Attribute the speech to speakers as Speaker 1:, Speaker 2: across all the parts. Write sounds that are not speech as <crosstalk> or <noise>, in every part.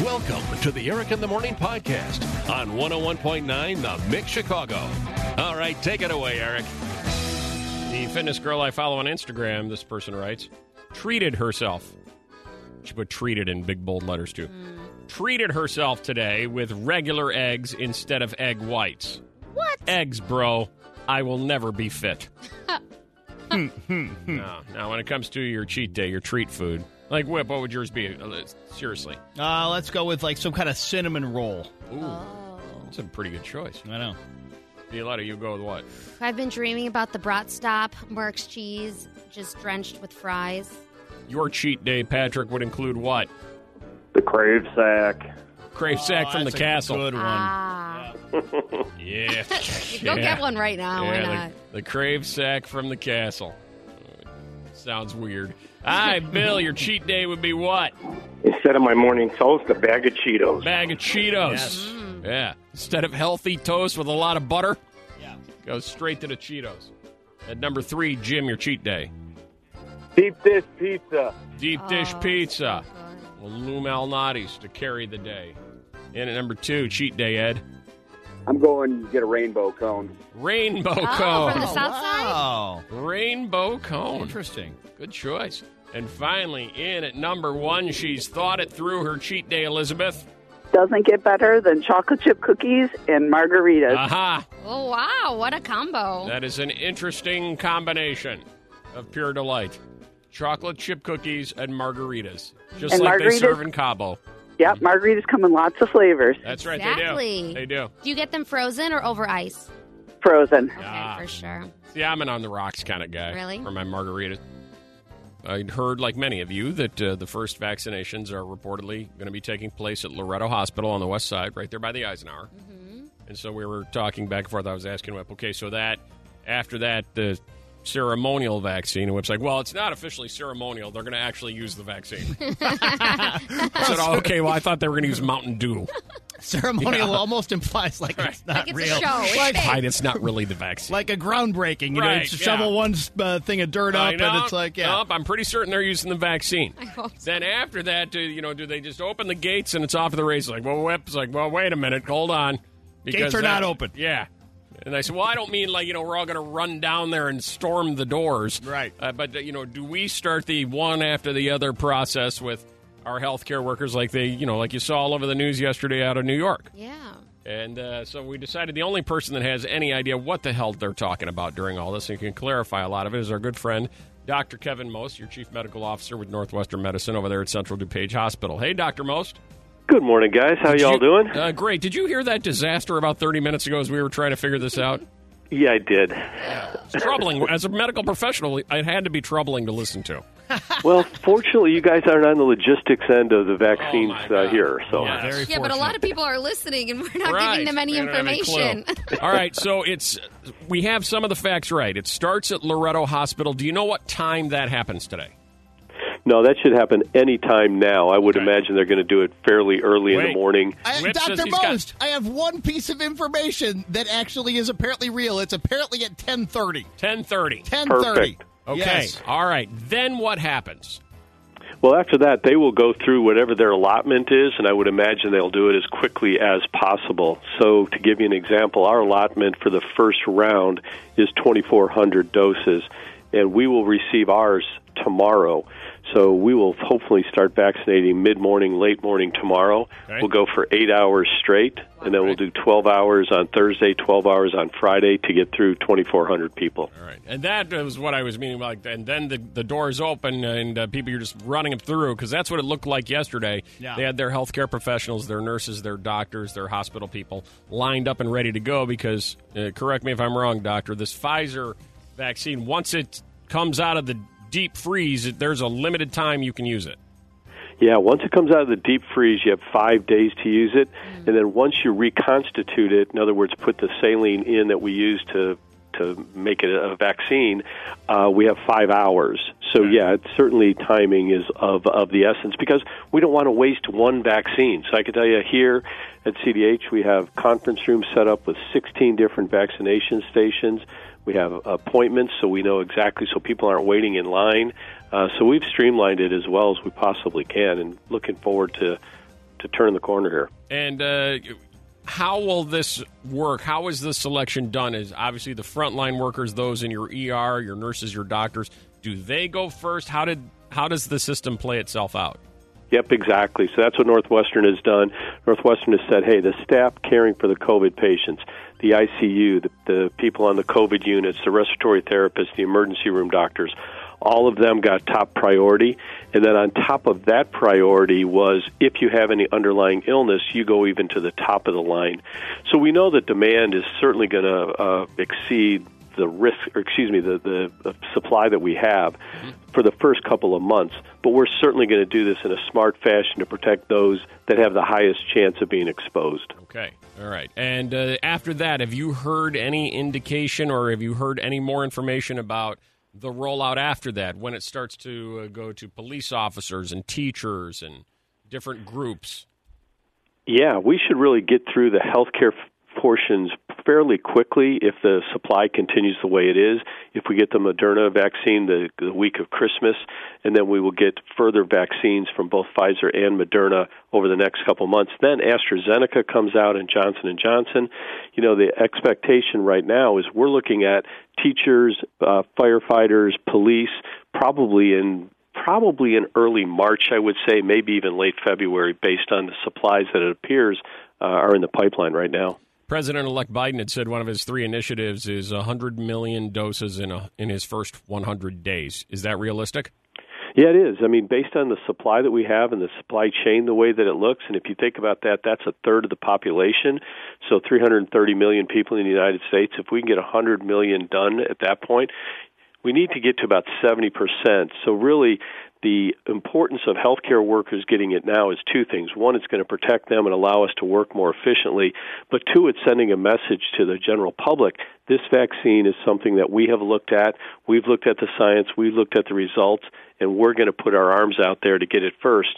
Speaker 1: Welcome to the Eric in the Morning podcast on 101.9 The Mix Chicago. All right, take it away, Eric.
Speaker 2: The fitness girl I follow on Instagram, this person writes, treated herself. She put treated in big bold letters too. Treated herself today with regular eggs instead of egg whites.
Speaker 3: What?
Speaker 2: Eggs, bro. I will never be fit. no, now, when it comes to your cheat day, your treat food, like Whip, what would yours be? Uh, Seriously,
Speaker 4: Uh, let's go with like some kind of cinnamon roll.
Speaker 3: Oh.
Speaker 2: that's a pretty good choice.
Speaker 4: I know.
Speaker 2: Violetta, you go with what?
Speaker 3: I've been dreaming about the brat stop, Mark's cheese, just drenched with fries.
Speaker 2: Your cheat day, Patrick, would include what?
Speaker 5: the crave sack.
Speaker 2: Crave sack
Speaker 4: Oh,
Speaker 2: from the
Speaker 4: that's a
Speaker 2: castle.
Speaker 4: Good one.
Speaker 3: Ah.
Speaker 2: Yeah.
Speaker 3: Go
Speaker 2: Yeah. <laughs>
Speaker 3: get one right now. Why
Speaker 2: Yeah,
Speaker 3: not?
Speaker 2: the, the crave sack from the castle. Uh, Sounds weird. All right, Bill, your cheat day would be what?
Speaker 5: Instead of my morning toast, a bag of Cheetos.
Speaker 2: Bag of Cheetos. Mm.
Speaker 4: Yes.
Speaker 2: Yeah. Instead of healthy toast with a lot of butter,
Speaker 4: Yeah.
Speaker 2: go straight to the Cheetos. At number three, Jim, your cheat day.
Speaker 5: Deep dish pizza.
Speaker 2: Deep dish
Speaker 3: Oh,
Speaker 2: pizza.
Speaker 3: so good.
Speaker 2: Well, Lou Malnati's to carry the day. And at number two, cheat day, Ed.
Speaker 6: I'm going to get a rainbow cone.
Speaker 2: Rainbow
Speaker 3: Oh, from the
Speaker 2: cone.
Speaker 3: south side?
Speaker 4: wow.
Speaker 2: Rainbow cone.
Speaker 4: Interesting.
Speaker 2: Good choice. And finally, in at number one, she's thought it through her cheat day, Elizabeth.
Speaker 7: doesn't get better than chocolate chip cookies and margaritas.
Speaker 2: Aha!
Speaker 3: Oh, wow. What a combo.
Speaker 2: That is an interesting combination of pure delight. Chocolate chip cookies and margaritas, just
Speaker 7: And
Speaker 2: like they
Speaker 7: margaritas-
Speaker 2: serve in Cabo.
Speaker 7: Yep, margaritas come in lots of flavors.
Speaker 2: That's right,
Speaker 3: Exactly.
Speaker 2: they do. They do.
Speaker 3: Do you get them frozen or over ice?
Speaker 7: Frozen.
Speaker 3: Okay,
Speaker 2: Yeah.
Speaker 3: for sure.
Speaker 2: See, I'm an on the rocks kind of guy.
Speaker 3: Really?
Speaker 2: For my margaritas. I heard, like many of you, that uh, the first vaccinations are reportedly going to be taking place at Loretto Hospital on the west side, right there by the Eisenhower. And so we were talking back and forth. I was asking Whip, okay, so that after that, the ceremonial vaccine. And Whip's like, well, it's not officially ceremonial. They're going to actually use the vaccine. I said, oh, okay, well, I thought they were going to use Mountain Dew.
Speaker 4: Ceremonial almost implies like it's not
Speaker 3: Like it's a
Speaker 4: real.
Speaker 3: show. It's
Speaker 4: Like,
Speaker 3: fake.
Speaker 2: Hi, that's not really the vaccine.
Speaker 4: like a groundbreaking. You know,
Speaker 2: Right,
Speaker 4: it's
Speaker 2: yeah.
Speaker 4: shovel one uh, thing of dirt
Speaker 2: I
Speaker 4: up,
Speaker 2: know.
Speaker 4: and it's like, yeah.
Speaker 2: Nope, I'm pretty certain they're using the vaccine.
Speaker 3: hope <laughs> so.
Speaker 2: Then after that, do, you know, do they just open the gates and it's off of the race? Like, well, Whip's like, well, wait a minute, hold on.
Speaker 4: Gates are
Speaker 2: that-
Speaker 4: not open.
Speaker 2: Yeah. And I said, well, I don't mean like, you know, we're all going to run down there and storm the doors.
Speaker 4: Right.
Speaker 2: Uh, but, uh, you know, do we start the one after the other process with our healthcare workers like they, you know, like you saw all over the news yesterday out of New York?
Speaker 3: Yeah.
Speaker 2: And uh, so we decided the only person that has any idea what the hell they're talking about during all this and can clarify a lot of it is our good friend, Dr. Kevin Most, your chief medical officer with Northwestern Medicine over there at Central DuPage Hospital. Hey, Dr. Most.
Speaker 5: Good morning, guys. How y'all
Speaker 2: You-
Speaker 5: doing?
Speaker 2: Uh, great. Did you hear that disaster about 30 minutes ago as we were trying to figure this out?
Speaker 5: yeah, I did.
Speaker 2: It's troubling. As a medical professional, it had to be troubling to listen to.
Speaker 5: well,
Speaker 2: <laughs>
Speaker 5: fortunately, you guys aren't on the logistics end of the vaccines
Speaker 2: Oh, my
Speaker 5: uh,
Speaker 2: God.
Speaker 5: here. So,
Speaker 2: Yeah.
Speaker 4: Very
Speaker 3: Yeah, but a
Speaker 4: fortunate.
Speaker 3: lot of people are listening and we're not giving them any
Speaker 2: We don't have any
Speaker 3: information. <laughs>
Speaker 2: clue. <laughs> All right, so it's we have some of the facts right. It starts at Loretto Hospital. Do you know what time that happens today?
Speaker 5: no, that should happen any time now. I would
Speaker 2: Okay.
Speaker 5: imagine they're going to do it fairly early in
Speaker 2: Wait.
Speaker 5: the morning.
Speaker 4: I,
Speaker 2: Whip says
Speaker 4: Dr.
Speaker 2: he's got-
Speaker 4: Most, I have one piece of information that actually is apparently real. It's apparently at 10.30.
Speaker 2: 10:30.
Speaker 4: 10.30.
Speaker 5: Perfect.
Speaker 2: Okay.
Speaker 4: Yes.
Speaker 2: All right. Then what happens?
Speaker 5: Well, after that, they will go through whatever their allotment is, and I would imagine they'll do it as quickly as possible. So, to give you an example, our allotment for the first round is 2,400 doses, and we will receive ours tomorrow. So, we will hopefully start vaccinating mid morning, late morning tomorrow.
Speaker 2: Okay.
Speaker 5: We'll go for eight hours straight, and then we'll do 12 hours on Thursday, 12 hours on Friday to get through 2,400 people.
Speaker 2: All right. And that was what I was meaning. Like, and then the, the doors open and uh, people you're just running them through because that's what it looked like yesterday.
Speaker 4: Yeah.
Speaker 2: They had their healthcare professionals, their nurses, their doctors, their hospital people lined up and ready to go because, uh, correct me if I'm wrong, doctor, this Pfizer vaccine, once it comes out of the deep freeze, it- there's a limited time you can use it.
Speaker 5: Yeah, once it comes out of the deep freeze, you have five days to use it. And then once you reconstitute it, in other words, put the saline in that we use to to make it a vaccine, uh, we have five hours. So yeah, it's certainly timing is of of the essence because we don't want to waste one vaccine. So I can tell you here at CDH, we have conference rooms set up with 16 different vaccination stations. We have appointments, so we know exactly, so people aren't waiting in line. Uh, so we've streamlined it as well as we possibly can, and looking forward to to turn the corner here.
Speaker 2: And uh, how will this work? How is this selection done? Is obviously the frontline workers, those in your ER, your nurses, your doctors, do they go first? How did how does the system play itself out?
Speaker 5: Yep, exactly. So that's what Northwestern has done. Northwestern has said, hey, the staff caring for the COVID patients, the ICU, the, the people on the COVID units, the respiratory therapists, the emergency room doctors, all of them got top priority. And then on top of that priority was if you have any underlying illness, you go even to the top of the line. So we know that demand is certainly going to uh, exceed the risk, or excuse me, the, the uh, supply that we have for the first couple of months. But we're certainly going to do this in a smart fashion to protect those that have the highest chance of being exposed.
Speaker 2: Okay, all right. And uh, after that, have you heard any indication, or have you heard any more information about the rollout after that, when it starts to uh, go to police officers and teachers and different groups?
Speaker 5: Yeah, we should really get through the healthcare f- portions fairly quickly if the supply continues the way it is. If we get the Moderna vaccine the, the week of Christmas, and then we will get further vaccines from both Pfizer and Moderna over the next couple months. Then AstraZeneca comes out and Johnson and Johnson. You know, the expectation right now is we're looking at teachers, uh, firefighters, police, probably in probably in early March, I would say, maybe even late February, based on the supplies that it appears uh, are in the pipeline right now.
Speaker 2: President elect Biden had said one of his three initiatives is 100 million doses in, a, in his first 100 days. Is that realistic?
Speaker 5: Yeah, it is. I mean, based on the supply that we have and the supply chain, the way that it looks, and if you think about that, that's a third of the population. So 330 million people in the United States. If we can get 100 million done at that point, we need to get to about 70%. So, really, the importance of healthcare workers getting it now is two things. One, it's going to protect them and allow us to work more efficiently. But two, it's sending a message to the general public. This vaccine is something that we have looked at. We've looked at the science, we've looked at the results, and we're going to put our arms out there to get it first.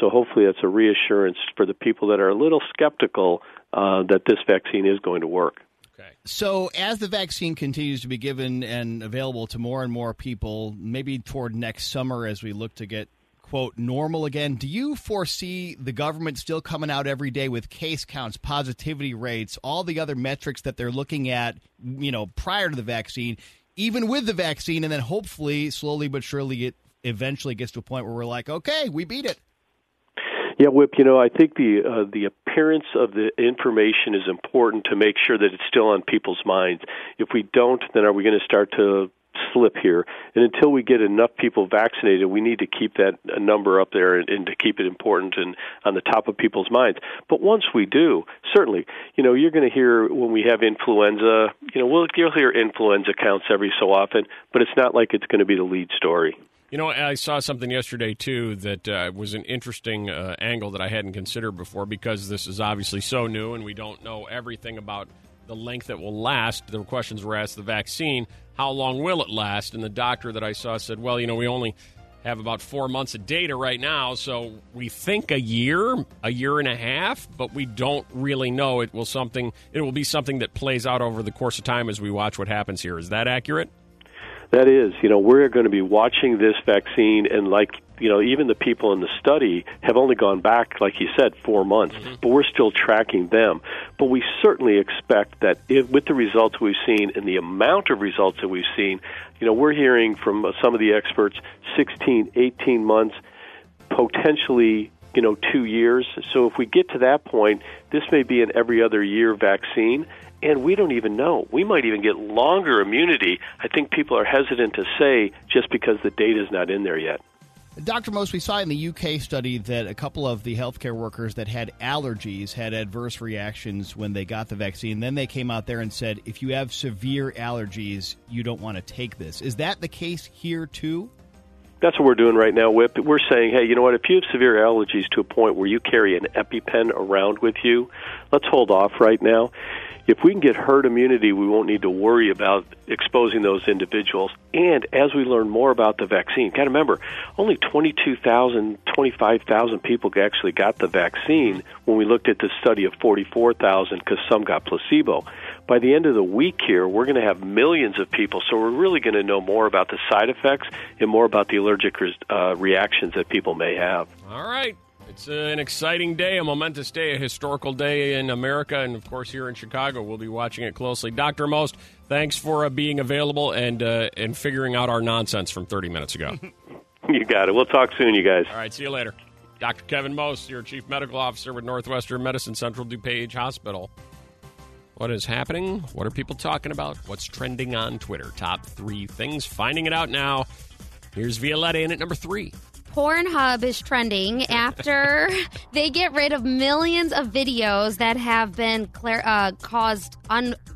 Speaker 5: So hopefully that's a reassurance for the people that are a little skeptical uh, that this vaccine is going to work.
Speaker 4: So, as the vaccine continues to be given and available to more and more people, maybe toward next summer as we look to get, quote, normal again, do you foresee the government still coming out every day with case counts, positivity rates, all the other metrics that they're looking at, you know, prior to the vaccine, even with the vaccine? And then hopefully, slowly but surely, it eventually gets to a point where we're like, okay, we beat it.
Speaker 5: Yeah, Whip. You know, I think the uh, the appearance of the information is important to make sure that it's still on people's minds. If we don't, then are we going to start to slip here? And until we get enough people vaccinated, we need to keep that uh, number up there and, and to keep it important and on the top of people's minds. But once we do, certainly, you know, you're going to hear when we have influenza. You know, we'll you'll hear influenza counts every so often, but it's not like it's going to be the lead story.
Speaker 2: You know, I saw something yesterday too that uh, was an interesting uh, angle that I hadn't considered before because this is obviously so new and we don't know everything about the length that will last. The questions were asked the vaccine, how long will it last? And the doctor that I saw said, well, you know, we only have about four months of data right now, so we think a year, a year and a half, but we don't really know. It will something. It will be something that plays out over the course of time as we watch what happens here. Is that accurate?
Speaker 5: That is, you know, we're going to be watching this vaccine, and like, you know, even the people in the study have only gone back, like you said, four months, but we're still tracking them. But we certainly expect that if, with the results we've seen and the amount of results that we've seen, you know, we're hearing from some of the experts 16, 18 months, potentially you know, two years. So if we get to that point, this may be an every other year vaccine, and we don't even know. We might even get longer immunity. I think people are hesitant to say just because the data is not in there yet.
Speaker 4: Dr. Most, we saw in the UK study that a couple of the healthcare workers that had allergies had adverse reactions when they got the vaccine. Then they came out there and said, if you have severe allergies, you don't want to take this. Is that the case here too?
Speaker 5: That's what we're doing right now, Whip. We're saying, hey, you know what? If you have severe allergies to a point where you carry an EpiPen around with you, let's hold off right now. If we can get herd immunity, we won't need to worry about exposing those individuals. And as we learn more about the vaccine, got to remember, only 22,000, 25,000 people actually got the vaccine when we looked at the study of 44,000 because some got placebo. By the end of the week here, we're going to have millions of people, so we're really going to know more about the side effects and more about the allergic uh, reactions that people may have. <laughs>
Speaker 2: All right. It's uh, an exciting day, a momentous day, a historical day in America, and of course here in Chicago. We'll be watching it closely. Doctor Most, thanks for uh, being available and uh, and figuring out our nonsense from 30 minutes ago.
Speaker 5: You got it. We'll talk soon, you guys.
Speaker 2: <laughs> All right, see you later. Dr. Kevin Most, your chief medical officer with Northwestern Medicine Central DuPage Hospital. What is happening? What are people talking about? What's trending on Twitter? Top three things. Finding it out now. Here's Violetta in at number three.
Speaker 3: Pornhub is trending after they get rid of millions of videos that have been clar- uh, caused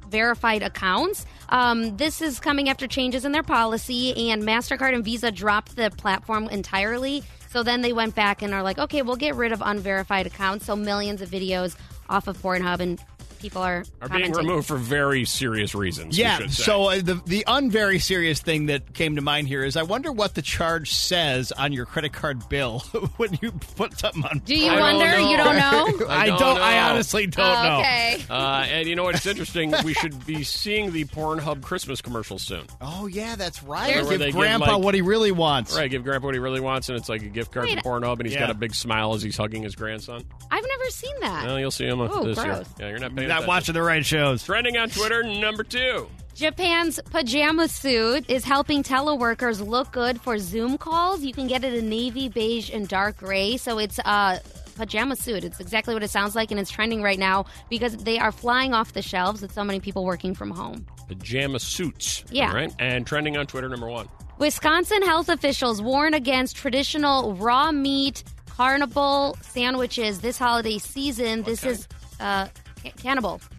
Speaker 3: unverified accounts. Um, this is coming after changes in their policy, and MasterCard and Visa dropped the platform entirely. So then they went back and are like, okay, we'll get rid of unverified accounts. So millions of videos off of Pornhub, and people are,
Speaker 2: Are being
Speaker 3: commenting.
Speaker 2: removed for very serious reasons. we
Speaker 4: Yeah.
Speaker 2: should say.
Speaker 4: So uh, the the unvery serious thing that came to mind here is I wonder what the charge says on your credit card bill <laughs> when you put something on.
Speaker 3: Do you
Speaker 2: I don't
Speaker 3: wonder?
Speaker 2: know.
Speaker 3: You don't know?
Speaker 2: <laughs> I
Speaker 4: I don't.
Speaker 2: don't know.
Speaker 4: I honestly don't know.
Speaker 3: Okay.
Speaker 2: Uh, and you know what's interesting? we should be seeing the Pornhub Christmas commercials soon.
Speaker 4: Oh yeah, that's right.
Speaker 3: There's-
Speaker 2: Where
Speaker 4: Give
Speaker 2: they give,
Speaker 4: Grandpa
Speaker 2: like-
Speaker 4: what he really wants.
Speaker 2: Right, give Grandpa what he really wants, and it's like a gift card
Speaker 3: Wait,
Speaker 2: from Pornhub, and he's
Speaker 4: Yeah.
Speaker 2: got a big smile as he's hugging his grandson.
Speaker 3: I've never seen that.
Speaker 2: Well, you'll see him uh,
Speaker 3: Ooh,
Speaker 2: this year.
Speaker 3: gross.
Speaker 2: Yeah, you're not paying attention.
Speaker 4: You're not watching the right shows.
Speaker 2: Trending on Twitter, number two.
Speaker 3: Japan's pajama suit is helping teleworkers look good for Zoom calls. You can get it in navy, beige, and dark gray. So it's uh, pajama suit. It's exactly what it sounds like, and it's trending right now because they are flying off the shelves with so many people working from home.
Speaker 2: Pajama suits.
Speaker 3: Yeah.
Speaker 2: All Right? And trending on Twitter, number one.
Speaker 3: Wisconsin health officials warn against traditional raw meat carnival sandwiches this holiday season. this is uh, ca- cannibal. <laughs>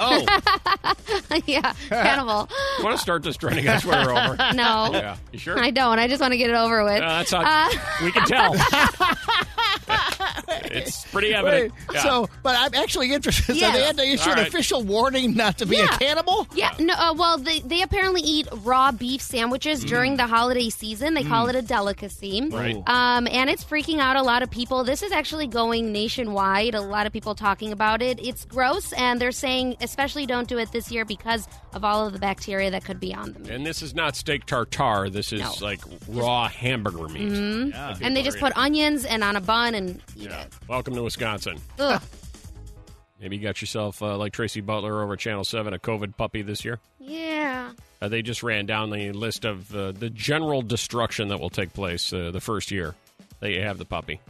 Speaker 4: Oh,
Speaker 2: <laughs>
Speaker 3: yeah, cannibal.
Speaker 2: You want to start this trending on Twitter over?
Speaker 3: <laughs> No.
Speaker 2: Yeah. You sure?
Speaker 3: I Uh. don't. I just want to get it over with.
Speaker 2: Yeah, that's how we can
Speaker 3: <laughs>
Speaker 2: tell. it's pretty
Speaker 4: wait.
Speaker 2: evident. Yeah.
Speaker 4: So, but I'm actually interested.
Speaker 3: Yes.
Speaker 4: So they had to issue
Speaker 2: All
Speaker 4: an
Speaker 2: right.
Speaker 4: official warning not to be
Speaker 3: Yeah.
Speaker 4: a cannibal.
Speaker 3: Yeah, no. Uh, well, they, they apparently eat raw beef sandwiches during the holiday season. They call it a delicacy.
Speaker 2: Mm. Right.
Speaker 3: Um, and it's freaking out a lot of people. This is actually going nationwide. A lot of people talking about it. It's gross, and they're saying especially don't do it this year because of all of the bacteria that could be on them.
Speaker 2: and this is not steak tartare. This is
Speaker 3: No.
Speaker 2: like raw hamburger meat.
Speaker 3: and they just put onions and on a bun and eat it.
Speaker 2: Welcome to Wisconsin. <laughs>
Speaker 3: Ugh.
Speaker 2: Maybe you got yourself, uh, like Tracy Butler over at Channel 7, a COVID puppy this year.
Speaker 3: yeah.
Speaker 2: Uh, they just ran down the list of uh, the general destruction that will take place uh, the first year that you have the puppy.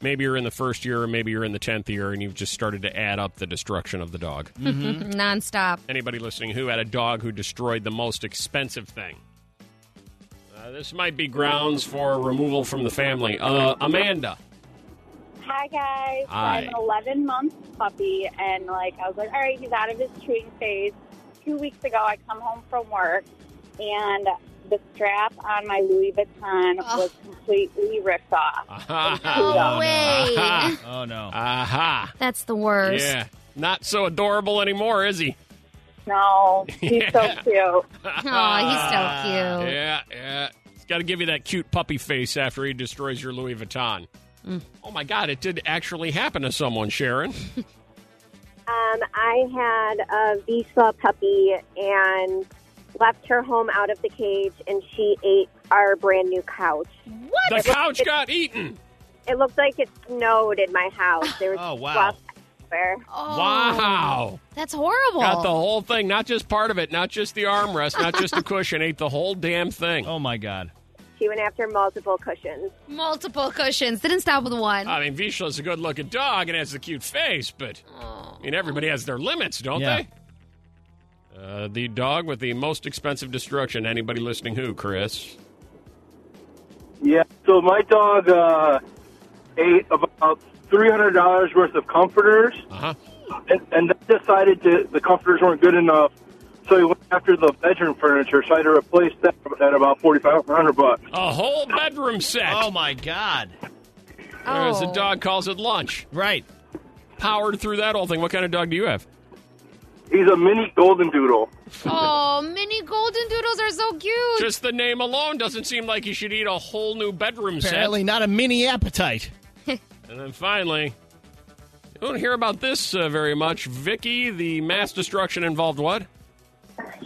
Speaker 2: Maybe you're in the first year, or maybe you're in the 10th year, and you've just started to add up the destruction of the dog.
Speaker 3: Mm-hmm. Nonstop.
Speaker 2: Anybody listening who had a dog who destroyed the most expensive thing? Uh, this might be grounds for removal from the family. Uh, Amanda.
Speaker 8: Hi guys.
Speaker 2: Hi.
Speaker 8: I'm an 11 month puppy, and like I was like, all right, he's out of his chewing phase. Two weeks ago, I come home from work, and the strap on my Louis Vuitton was completely ripped off.
Speaker 2: Aha.
Speaker 3: No way.
Speaker 2: <laughs> Aha.
Speaker 4: Oh no.
Speaker 2: Aha.
Speaker 3: That's the worst.
Speaker 2: Yeah. Not so adorable anymore, is he?
Speaker 8: No, he's
Speaker 2: <laughs>
Speaker 8: so cute.
Speaker 3: Oh, he's so cute.
Speaker 2: Yeah, yeah. He's got to give you that cute puppy face after he destroys your Louis Vuitton.
Speaker 3: Mm.
Speaker 2: Oh my God, it did actually happen to someone, Sharon.
Speaker 9: Um, I had a Vizsla puppy and left her home out of the cage, and she ate our brand new couch.
Speaker 2: The couch got eaten.
Speaker 9: It looked like it snowed in my house. There was
Speaker 4: <laughs> Oh, wow.
Speaker 9: frost everywhere.
Speaker 3: Oh,
Speaker 2: Wow.
Speaker 3: That's horrible.
Speaker 2: Got the whole thing, not just part of it, not just the armrest, not just
Speaker 3: <laughs>
Speaker 2: the cushion, ate the whole damn thing.
Speaker 4: Oh my God.
Speaker 9: She went after multiple cushions.
Speaker 3: Multiple cushions. Didn't stop with
Speaker 2: <laughs>
Speaker 3: one.
Speaker 2: I mean, Vishla's a good looking dog and has a cute face, but I mean, everybody has their limits, don't
Speaker 4: Yeah.
Speaker 2: they? Uh, the dog with the most expensive destruction. Anybody listening who, Chris?
Speaker 10: Yeah. So my dog uh, ate about three hundred dollars worth of comforters,
Speaker 2: Uh huh.
Speaker 5: Ah.
Speaker 10: and, and then decided to, the comforters weren't good enough. So he went after the bedroom furniture, so I had to replace that at about forty five hundred bucks.
Speaker 2: A whole bedroom set.
Speaker 4: Oh my God.
Speaker 2: Or as
Speaker 3: Oh.
Speaker 2: the dog calls it, lunch.
Speaker 4: Right.
Speaker 2: Powered through that whole thing. What kind of dog do you have?
Speaker 10: He's a mini golden doodle.
Speaker 3: oh, mini golden doodles are so cute.
Speaker 2: Just the name alone doesn't seem like you should eat a whole new bedroom
Speaker 4: Apparently not a mini appetite.
Speaker 2: set. And then finally, you don't hear about this uh, very much. Vicky, the mass destruction involved what?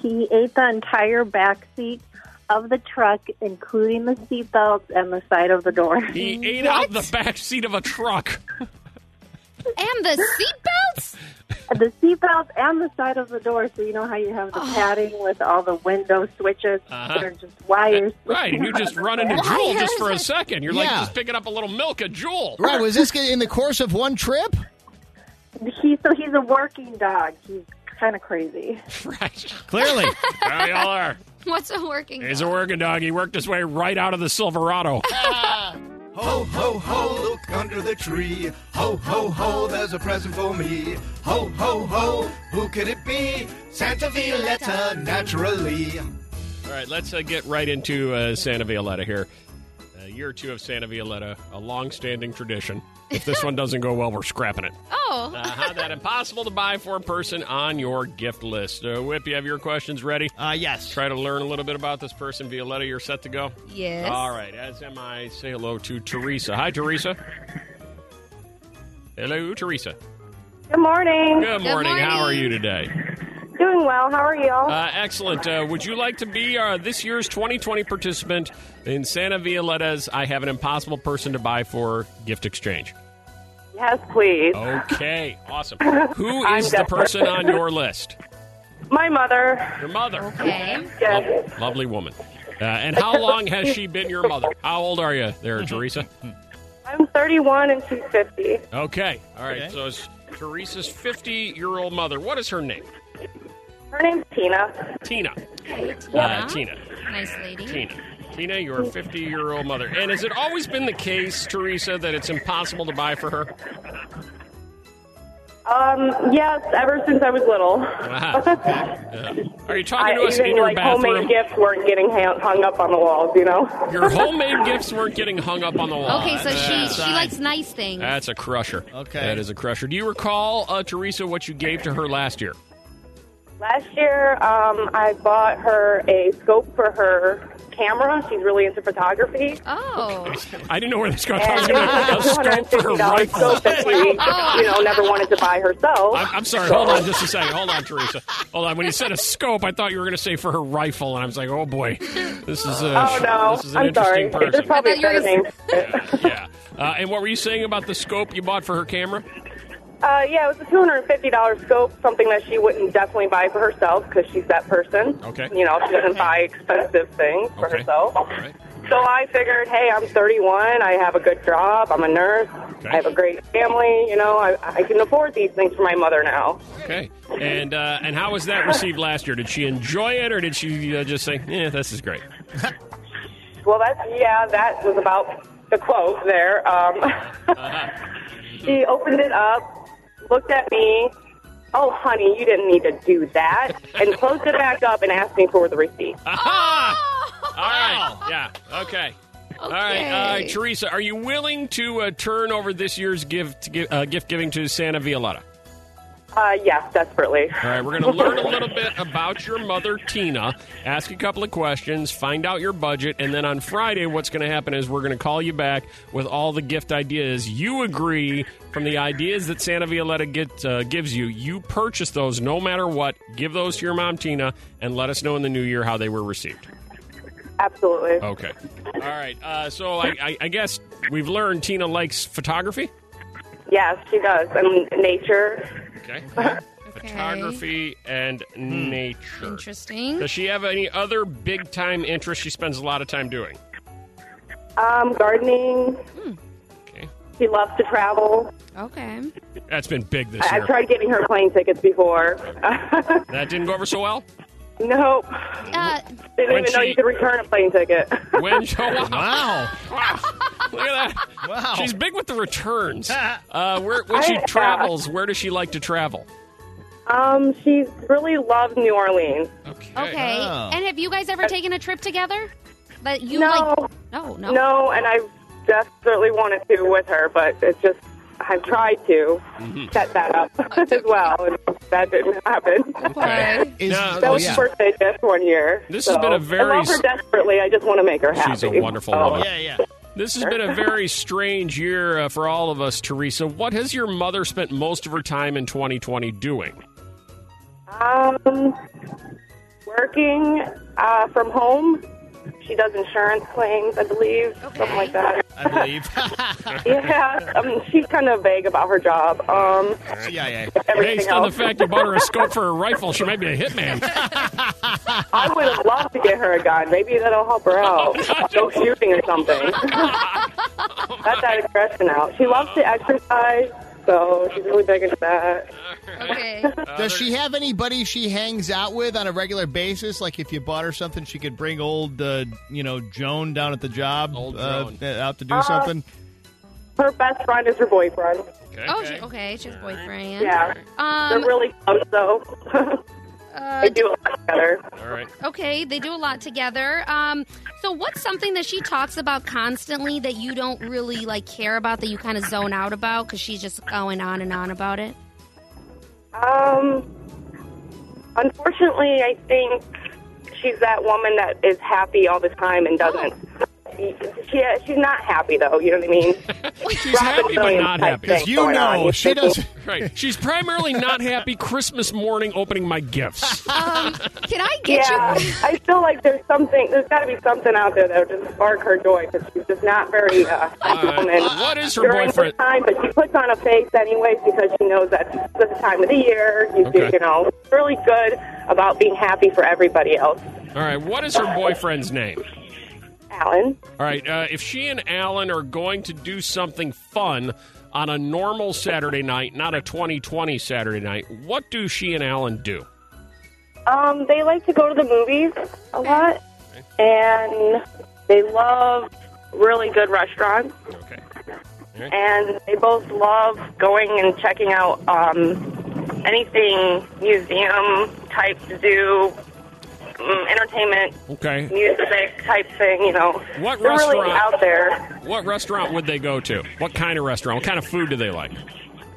Speaker 11: He ate the entire back seat of the truck, including the seatbelts and the side of the door.
Speaker 2: He ate out the back seat of a truck.
Speaker 3: And the seatbelts?
Speaker 11: the seatbelts and the side of the door. So you know how you have
Speaker 9: Oh.
Speaker 11: the padding with all the window switches
Speaker 2: Uh-huh.
Speaker 11: that are just wires.
Speaker 2: Right, and you just run into Jewel just for a second. You're like
Speaker 11: Yeah.
Speaker 2: just picking up a little milk at Jewel.
Speaker 4: Right, was Oh, this in the course of one trip?
Speaker 11: He so he's a working dog. He's kind of crazy.
Speaker 2: <laughs> Right.
Speaker 4: Clearly.
Speaker 2: There y'all are.
Speaker 3: What's a working?
Speaker 2: He's a working dog. He worked his way right out of the Silverado. <laughs>
Speaker 12: Ho, ho, ho, look under the tree. Ho, ho, ho, there's a present for me. Ho, ho, ho, who could it be? Santa Violetta, naturally.
Speaker 2: All right, let's uh, get right into uh, Santa Violetta here. A year or two of Santa Violetta, a long-standing tradition. If this one doesn't go well, we're scrapping it.
Speaker 3: Oh.
Speaker 2: Uh-huh, that impossible to buy for a person on your gift list. Uh, Whip, you have your questions ready?
Speaker 4: Uh, yes.
Speaker 2: Try to learn a little bit about this person. Violetta, you're set to go?
Speaker 3: Yes.
Speaker 2: All right, as am I. Say hello to Teresa. Hi, Teresa. Hello, Teresa.
Speaker 13: Good morning.
Speaker 2: Good morning. How are you today?
Speaker 13: Doing well. How are y'all?
Speaker 2: Uh, excellent. Uh, would you like to be uh, this year's 2020 participant in Santa Violetta's I Have an Impossible Person to Buy for gift exchange?
Speaker 13: yes,
Speaker 2: oh.
Speaker 13: please.
Speaker 2: Okay, <laughs> awesome. Who is the
Speaker 13: desperate.
Speaker 2: person on your list?
Speaker 13: My mother.
Speaker 2: Your mother.
Speaker 3: Okay.
Speaker 13: Yes.
Speaker 2: Lovely woman. Uh, and how long has she been your mother? How old are you there, Teresa?
Speaker 13: I'm 31 and she's 50.
Speaker 2: Okay. All right. So it's Teresa's 50 year old mother. What is her name?
Speaker 13: Her name's Tina.
Speaker 2: Tina. Uh, Tina.
Speaker 3: Nice lady.
Speaker 2: Tina. Tina, your 50 year old mother. And has it always been the case, Teresa, that it's impossible to buy for her?
Speaker 13: Um, yes, ever since I was little.
Speaker 2: Uh-huh. Uh, are you talking
Speaker 13: I,
Speaker 2: to us
Speaker 13: even
Speaker 2: in your
Speaker 13: like
Speaker 2: bathroom?
Speaker 13: homemade gifts weren't getting hang- hung up on the walls, you know.
Speaker 2: Your homemade gifts weren't getting hung up on the wall.
Speaker 3: Okay, so she,
Speaker 2: That's-
Speaker 3: she likes nice things.
Speaker 2: That's a crusher. Okay. That is a crusher. Do you recall, uh, Teresa, what you gave to her last year?
Speaker 13: Last year, um, I bought her a scope for her camera. She's really into photography.
Speaker 3: Oh.
Speaker 2: I didn't know where this was going. I was
Speaker 13: And <laughs>
Speaker 2: going
Speaker 13: uh,
Speaker 2: to scope for her
Speaker 13: $250
Speaker 2: rifle.
Speaker 13: scope that she, you know, never wanted to buy herself.
Speaker 2: I'm, I'm sorry.
Speaker 13: So-
Speaker 2: Hold on just a second. Hold on, Teresa. Hold on. When you said a scope, I thought you were going to say for her rifle, and I was like, oh boy, this is a
Speaker 13: Oh no!
Speaker 2: this is an
Speaker 13: I'm sorry.
Speaker 2: interesting person.
Speaker 13: There's <laughs> probably a better name.
Speaker 2: Uh, and what were you saying about the scope you bought for her camera?
Speaker 13: Uh, yeah, it was a two hundred and fifty dollars scope, something that she wouldn't definitely buy for herself because she's that person.
Speaker 2: Okay.
Speaker 13: You know, she doesn't buy expensive things for herself. So I figured, hey, I'm 31. I have a good job. I'm a nurse. I have a great family. You know, I, I can afford these things for my mother now.
Speaker 2: Okay. And uh, and how was that received last year? Did she enjoy it, or did she uh, just say, "Yeah, this is great"?
Speaker 13: Well, that's yeah. That was about the quote there. Um, <laughs>
Speaker 2: Uh-huh.
Speaker 13: she opened it up, looked at me. Oh, honey, you didn't need to do that, and closed it back up and asked me for the receipt.
Speaker 2: All right. Yeah. Okay. All right, uh, Teresa, are you willing to uh, turn over this year's gift gi- uh, gift giving to Santa Violetta?
Speaker 13: Uh, yes, desperately.
Speaker 2: All right, we're going to learn a little bit about your mother, Tina, ask a couple of questions, find out your budget, and then on Friday, what's going to happen is we're going to call you back with all the gift ideas you agree from the ideas that Santa Violetta get, uh, gives you. You purchase those no matter what. Give those to your mom, Tina, and let us know in the new year how they were received.
Speaker 13: Absolutely.
Speaker 2: Okay. All right, uh, so I, I, I guess we've learned Tina likes photography.
Speaker 13: Yes, she does. And nature.
Speaker 2: Okay. Photography and nature.
Speaker 3: Hmm. Interesting.
Speaker 2: Does she have any other big time interests she spends a lot of time doing?
Speaker 13: Um, gardening.
Speaker 2: Okay.
Speaker 13: She loves to travel.
Speaker 3: Okay.
Speaker 2: That's been big this
Speaker 13: I,
Speaker 2: year.
Speaker 13: I've tried getting her plane tickets before. <laughs>
Speaker 2: That didn't go over so well.
Speaker 13: nope.
Speaker 3: Uh,
Speaker 13: Didn't
Speaker 2: When
Speaker 13: even know
Speaker 2: she-
Speaker 13: you could return a plane ticket.
Speaker 2: When oh, wow. Wow. Look at that. Wow. She's big with the returns. Uh, where when she
Speaker 13: I-
Speaker 2: travels, where does she like to travel?
Speaker 13: <laughs> Um, she really loves New Orleans.
Speaker 3: Okay.
Speaker 2: Oh.
Speaker 3: And have you guys ever taken a trip together? But you
Speaker 13: No.
Speaker 3: like no, no.
Speaker 13: No, and I desperately wanted to with her, but it's just I've tried to
Speaker 2: Mm-hmm.
Speaker 13: set that up <laughs> as well, and that didn't happen.
Speaker 2: Is-
Speaker 4: Oh,
Speaker 2: No,
Speaker 13: that was
Speaker 2: yeah.
Speaker 13: her birthday gift one year.
Speaker 2: This
Speaker 13: so.
Speaker 2: has been a very
Speaker 13: I love her
Speaker 2: s-
Speaker 13: desperately. I just want to make her happy.
Speaker 2: She's a wonderful
Speaker 13: So-
Speaker 2: woman. This has been a very strange year uh, for all of us, Teresa. What has your mother spent most of her time in 2020 doing?
Speaker 13: Um, working uh, from home She does insurance claims, I believe, something like that.
Speaker 4: I believe.
Speaker 13: yeah, I mean, she's kind of vague about her job. Um,
Speaker 4: CIA.
Speaker 13: Everything
Speaker 2: Based on the
Speaker 13: else.
Speaker 2: fact you bought her a scope for a rifle, she might be a hitman.
Speaker 13: I would have loved to get her a gun. Maybe that'll help
Speaker 2: Oh,
Speaker 13: her out. Go shooting or
Speaker 2: <laughs>
Speaker 13: something. That's that aggression out. She loves to exercise, so she's really big into that.
Speaker 2: <laughs>
Speaker 3: Okay.
Speaker 4: Does she have anybody she hangs out with on a regular basis? Like if you bought her something, she could bring old, uh, you know, Joan down at the job uh, out to do
Speaker 13: Uh,
Speaker 4: something.
Speaker 13: Her best friend is her boyfriend.
Speaker 3: Oh, she, okay. She's boyfriend.
Speaker 13: Yeah.
Speaker 3: Um,
Speaker 13: They're really close, though. <laughs>
Speaker 3: uh,
Speaker 13: they do a lot together.
Speaker 2: All right.
Speaker 3: okay. They do a lot together. Um, so what's something that she talks about constantly that you don't really like care about that you kind of zone out about because she's just going on and on about it?
Speaker 13: Um, unfortunately, I think she's that woman that is happy all the time and doesn't.
Speaker 2: Oh.
Speaker 13: She, she's not happy though. You know what I
Speaker 2: <laughs>
Speaker 13: mean?
Speaker 2: She's happy but not happy.
Speaker 4: Because you know she doesn't.
Speaker 2: Right. She's primarily not happy Christmas morning opening my gifts.
Speaker 3: Can I get
Speaker 13: Yeah,
Speaker 3: you?
Speaker 13: I feel like there's something. There's got to be something out there that will just spark her joy because she's just not
Speaker 2: <laughs>
Speaker 13: very. Uh, happy
Speaker 2: right.
Speaker 13: woman
Speaker 2: What is her
Speaker 13: during
Speaker 2: boyfriend-
Speaker 13: Time, but she puts on a face anyways because she knows that's the time of the year. You,
Speaker 2: Okay.
Speaker 13: you know, really good about being happy for everybody else.
Speaker 2: All right. What is her boyfriend's name?
Speaker 13: Alan.
Speaker 2: All right. Uh, if she and Alan are going to do something fun on a normal Saturday night, not a 2020 Saturday night, what do she and Alan do?
Speaker 11: Um, they like to go to the movies a lot, and
Speaker 13: They love really good restaurants.
Speaker 2: Okay.
Speaker 13: And they both love going and checking out um, anything museum type zoo, um, entertainment,
Speaker 2: Okay.
Speaker 13: music type thing. You know,
Speaker 2: What
Speaker 13: they're really
Speaker 2: restaurant?
Speaker 13: out there.
Speaker 2: What restaurant would they go to? What kind of restaurant? What kind of food do they like?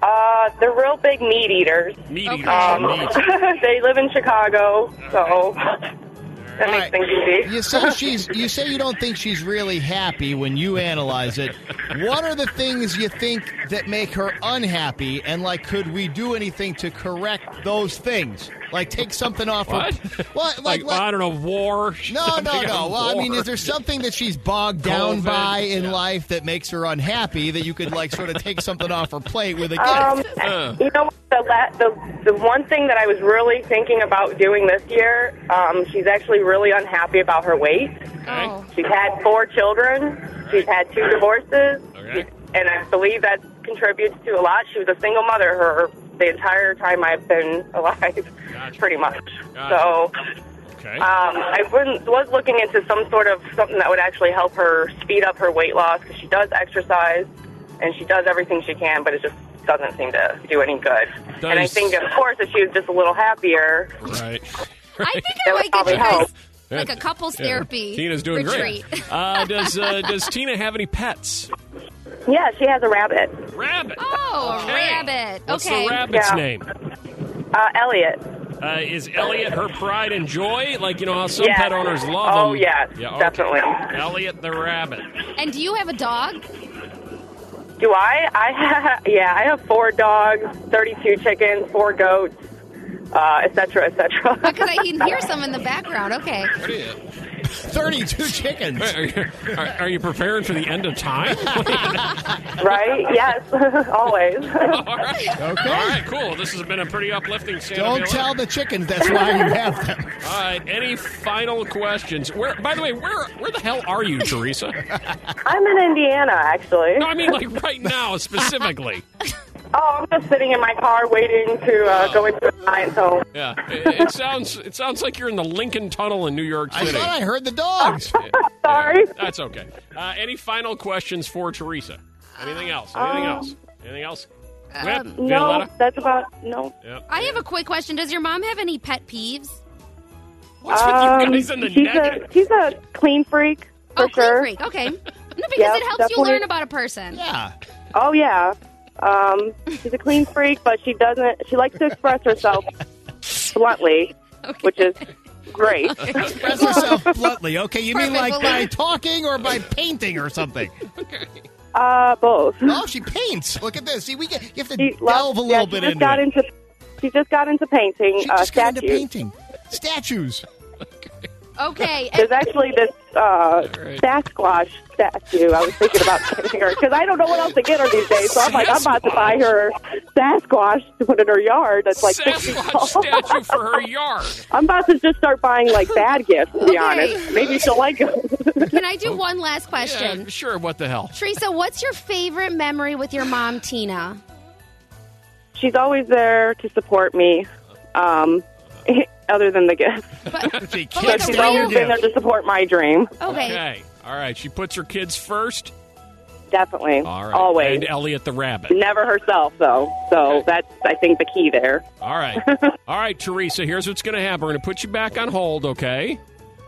Speaker 13: Uh, they're real big meat eaters.
Speaker 2: Meat eaters.
Speaker 13: Um,
Speaker 2: Oh, Meat.
Speaker 13: <laughs> they live in Chicago, so <laughs> that makes things easy.
Speaker 4: You say she's. You say you don't think she's really happy when you analyze it. What are the things you think that make her unhappy? And like, could we do anything to correct those things? Like, take something off
Speaker 2: What?
Speaker 4: her. What?
Speaker 2: Like,
Speaker 4: let-
Speaker 2: I don't know, war? <laughs>
Speaker 4: No, no, no. Well, I mean, is there something that she's bogged down
Speaker 2: COVID,
Speaker 4: by in life that makes her unhappy that you could like sort of take something off her plate with a gift?
Speaker 2: <laughs>
Speaker 13: Um,
Speaker 2: Uh.
Speaker 13: you know, what, the, la- the the one thing that I was really thinking about doing this year, um, she's actually really unhappy about her weight.
Speaker 3: Oh,
Speaker 2: Okay.
Speaker 13: She's had four children. She's had two divorces,
Speaker 2: Okay.
Speaker 13: and I believe that contributes to a lot. She was a single mother her the entire time I've been alive, <laughs> pretty much.
Speaker 2: Gotcha.
Speaker 13: So.
Speaker 2: Okay.
Speaker 13: Um, I wouldn't- was looking into some sort of something that would actually help her speed up her weight loss because she does exercise and she does everything she can, but it just doesn't seem to do any good. And I
Speaker 2: Does-
Speaker 13: think, of course, if she was just a little happier,
Speaker 2: <laughs> Right.
Speaker 3: I think I
Speaker 13: that
Speaker 3: might
Speaker 13: would
Speaker 3: get
Speaker 13: probably
Speaker 3: you guys
Speaker 13: help.
Speaker 3: like a couples
Speaker 2: Yeah.
Speaker 3: therapy.
Speaker 2: Tina's doing
Speaker 3: retreat. <laughs>
Speaker 2: great. Uh, does uh, Does Tina have any pets?
Speaker 13: Yeah, she has a rabbit.
Speaker 2: Rabbit.
Speaker 3: Oh,
Speaker 2: Okay.
Speaker 3: rabbit.
Speaker 2: What's
Speaker 3: okay.
Speaker 2: the rabbit's
Speaker 13: Yeah.
Speaker 2: name?
Speaker 13: Uh, Elliot.
Speaker 2: Uh, is Elliot her pride and joy? Like you know how some
Speaker 13: Yes.
Speaker 2: pet owners love
Speaker 13: Oh,
Speaker 2: him.
Speaker 13: yes,
Speaker 2: okay.
Speaker 13: definitely.
Speaker 2: Elliot the rabbit.
Speaker 3: And do you have a dog?
Speaker 13: Do I? I ha <laughs> yeah, I have four dogs, 32 chickens, four goats, uh, et cetera, et <laughs> cetera.
Speaker 3: Because I can hear some in the background. Okay.
Speaker 4: Thirty-two
Speaker 2: <laughs>
Speaker 4: chickens.
Speaker 2: Are you, are, are you preparing for the end of time? <laughs>
Speaker 13: right? Yes, <laughs>
Speaker 2: <laughs>
Speaker 13: always.
Speaker 2: All right. Okay. All right. Cool. This has been a pretty uplifting. Santa
Speaker 4: Don't
Speaker 2: Fe
Speaker 4: tell the chickens that's why you have them.
Speaker 2: All right. Any final questions? Where? By the way, where where the hell are you, Teresa?
Speaker 13: I'm in Indiana, actually.
Speaker 2: <laughs> No, I mean like right now
Speaker 4: <laughs>
Speaker 2: specifically.
Speaker 13: Oh, I'm just sitting in my car waiting to uh, go into a client's home.
Speaker 2: Yeah. It, it sounds it sounds like you're in the Lincoln Tunnel in New York
Speaker 4: I
Speaker 2: City.
Speaker 4: thought I heard the dogs.
Speaker 13: Sorry.
Speaker 2: That's okay. Uh, any final questions for Teresa? Anything else?
Speaker 11: Um,
Speaker 2: Anything else? Anything else? Whip?
Speaker 13: No,
Speaker 2: Violetta?
Speaker 13: that's about no.
Speaker 2: Yep.
Speaker 3: I have a quick question. Does your mom have any pet peeves?
Speaker 2: What's with you
Speaker 11: um,
Speaker 2: guys in the
Speaker 11: she's
Speaker 2: negative?
Speaker 11: a she's a clean freak for
Speaker 3: oh,
Speaker 11: sure.
Speaker 3: clean freak. Okay. No, because
Speaker 11: Yep,
Speaker 3: it helps
Speaker 11: definitely.
Speaker 3: you learn about a person.
Speaker 4: Yeah.
Speaker 11: Oh yeah, um, she's a clean freak, but she doesn't. She likes to express herself bluntly, which is great.
Speaker 4: Express
Speaker 11: <laughs>
Speaker 4: yourself bluntly, okay? You mean
Speaker 3: Perfect,
Speaker 4: like
Speaker 3: well,
Speaker 4: by talking or by painting or something?
Speaker 11: Uh, both.
Speaker 4: Oh, she paints. Look at this. See, we get you have to
Speaker 11: She
Speaker 4: delve
Speaker 11: loves-
Speaker 4: a
Speaker 11: yeah,
Speaker 4: little
Speaker 11: she
Speaker 4: bit
Speaker 11: just
Speaker 4: into
Speaker 11: got
Speaker 4: it.
Speaker 11: into. She just got into painting
Speaker 4: she
Speaker 11: uh,
Speaker 4: just got into
Speaker 11: statues.
Speaker 4: painting statues.
Speaker 3: Okay.
Speaker 11: There's actually this uh, Sasquatch statue I was thinking about getting her because I don't know what else to get her these days. So I'm like, I'm about to buy her Sasquatch to put in her yard. That's like six feet tall.
Speaker 2: Sasquatch statue for her
Speaker 11: <laughs>
Speaker 2: yard.
Speaker 11: I'm about to just start buying like bad gifts. To be honest, maybe she'll like them.
Speaker 3: Can I do one last question?
Speaker 2: Oh. Yeah, sure, what the hell?
Speaker 3: Teresa, what's your favorite memory with your mom, Tina?
Speaker 11: She's always there to support me. Um, <laughs> other than the gift,
Speaker 2: <laughs> She
Speaker 11: <laughs> but
Speaker 2: can't
Speaker 11: she's
Speaker 2: stand
Speaker 11: always been there
Speaker 2: you.
Speaker 11: to support my dream.
Speaker 2: Okay. All right. She puts her kids first.
Speaker 11: Definitely.
Speaker 2: All right.
Speaker 11: Always.
Speaker 2: And Elliot the rabbit.
Speaker 11: Never herself, though. So that's, I think, the key there. <laughs>
Speaker 2: All right. All right, Teresa, here's what's going to happen. We're going to put you back on hold, okay?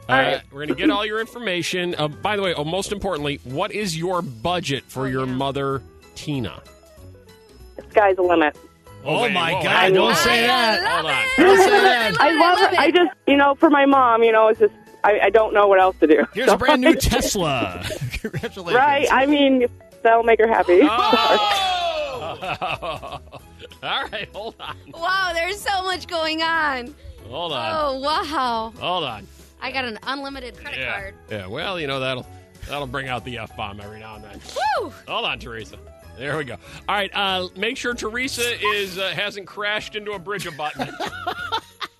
Speaker 11: All
Speaker 2: uh,
Speaker 11: right.
Speaker 2: We're going to get all your information. Uh, by the way, oh, most importantly, what is your budget for your mother, Tina?
Speaker 11: Sky's the limit.
Speaker 2: Oh, my
Speaker 11: God, don't say
Speaker 4: that.
Speaker 2: Hold on.
Speaker 11: <laughs> I love her. I just, you know, for my mom, you know, it's just, I, I don't know what else to do.
Speaker 4: Here's a brand new
Speaker 11: Right? <laughs>
Speaker 4: Tesla. Congratulations.
Speaker 11: Right. I mean, that'll make her happy. <laughs>
Speaker 2: Oh. all right, hold on.
Speaker 3: Wow, there's so much going on.
Speaker 2: Hold on.
Speaker 3: Oh, wow.
Speaker 2: Hold on.
Speaker 3: I got an unlimited credit
Speaker 2: Yeah.
Speaker 3: card.
Speaker 2: Yeah, well, you know, that'll that'll bring out the F bomb every now and then.
Speaker 3: Woo!
Speaker 2: Hold on, Teresa. There we go. All right, uh, make sure Teresa is uh, hasn't crashed into a bridge abutment. <laughs>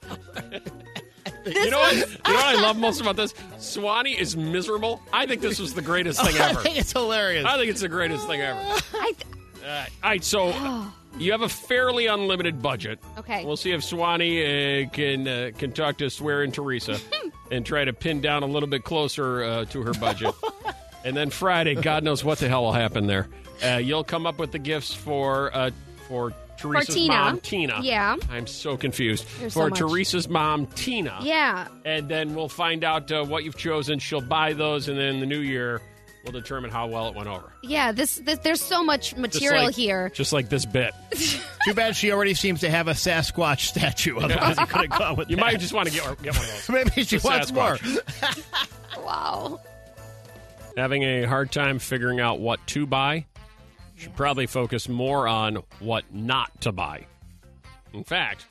Speaker 2: you know what? You know what I love most about this? Swanee is miserable. I think this was the greatest thing
Speaker 4: <laughs> I <laughs>
Speaker 2: ever.
Speaker 4: think it's hilarious.
Speaker 2: I think it's the greatest thing ever. All
Speaker 3: I
Speaker 2: right, all right, so uh, you have a fairly unlimited budget.
Speaker 3: Okay.
Speaker 2: We'll see if Swanee uh, can uh, can talk to Swear and
Speaker 3: <laughs>
Speaker 2: Teresa and try to pin down a little bit closer uh, to her
Speaker 3: <laughs>
Speaker 2: budget. and then Friday, God knows what the hell will happen there. Uh, you'll come up with the gifts for uh, for Teresa's
Speaker 3: Tina.
Speaker 2: mom, Tina.
Speaker 3: Yeah.
Speaker 2: I'm so confused.
Speaker 3: There's so
Speaker 2: for
Speaker 3: much.
Speaker 2: Teresa's mom, Tina.
Speaker 3: Yeah.
Speaker 2: And then we'll find out uh, what you've chosen. She'll buy those, and then the new year will determine how well it went over.
Speaker 3: Yeah, this, this there's so much
Speaker 2: Just
Speaker 3: material
Speaker 2: like-
Speaker 3: here.
Speaker 2: Just like this bit.
Speaker 4: Too bad she already seems to have a Sasquatch statue. Otherwise, you could have gone with
Speaker 2: You
Speaker 4: that.
Speaker 2: might just want to get, get one of those.
Speaker 4: Maybe <laughs> she
Speaker 2: The
Speaker 4: wants more.
Speaker 2: Sasquatch.
Speaker 3: Wow.
Speaker 2: having a hard time figuring out what to buy, should probably focus more on what not to buy. In fact,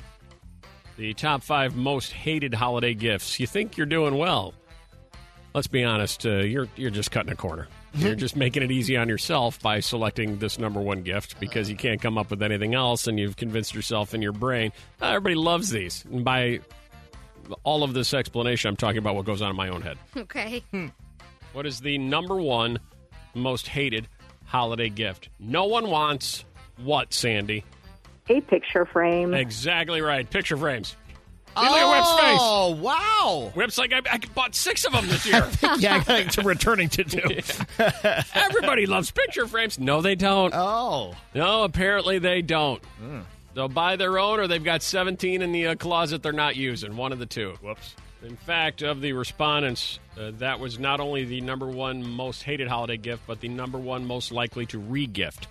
Speaker 2: the top five most hated holiday gifts. You think you're doing well. Let's be honest, uh, you're you're just cutting a corner. You're just making it easy on yourself by selecting this number one gift because you can't come up with anything else, and you've convinced yourself in your brain "Ah, everybody loves these. And by all of this explanation, I'm talking about what goes on in my own head. <laughs>
Speaker 3: Okay.
Speaker 2: What is the number one most hated holiday gift? No one wants what, Sandy?
Speaker 14: A picture frame.
Speaker 2: Exactly right. Picture frames.
Speaker 4: Oh,
Speaker 11: <laughs>
Speaker 4: wow. <laughs>
Speaker 2: Whip's like, I, I bought six of them this year.
Speaker 4: yeah, I got to returning
Speaker 2: <laughs>
Speaker 4: to do.
Speaker 2: Everybody loves picture frames. No, they don't.
Speaker 4: Oh.
Speaker 2: No, apparently they don't. They'll buy their own, or they've got 17 in the uh, closet they're not using. One of the two. Whoops. In fact, of the respondents, uh, that was not only the number one most hated holiday gift, but the number one most likely to re gift.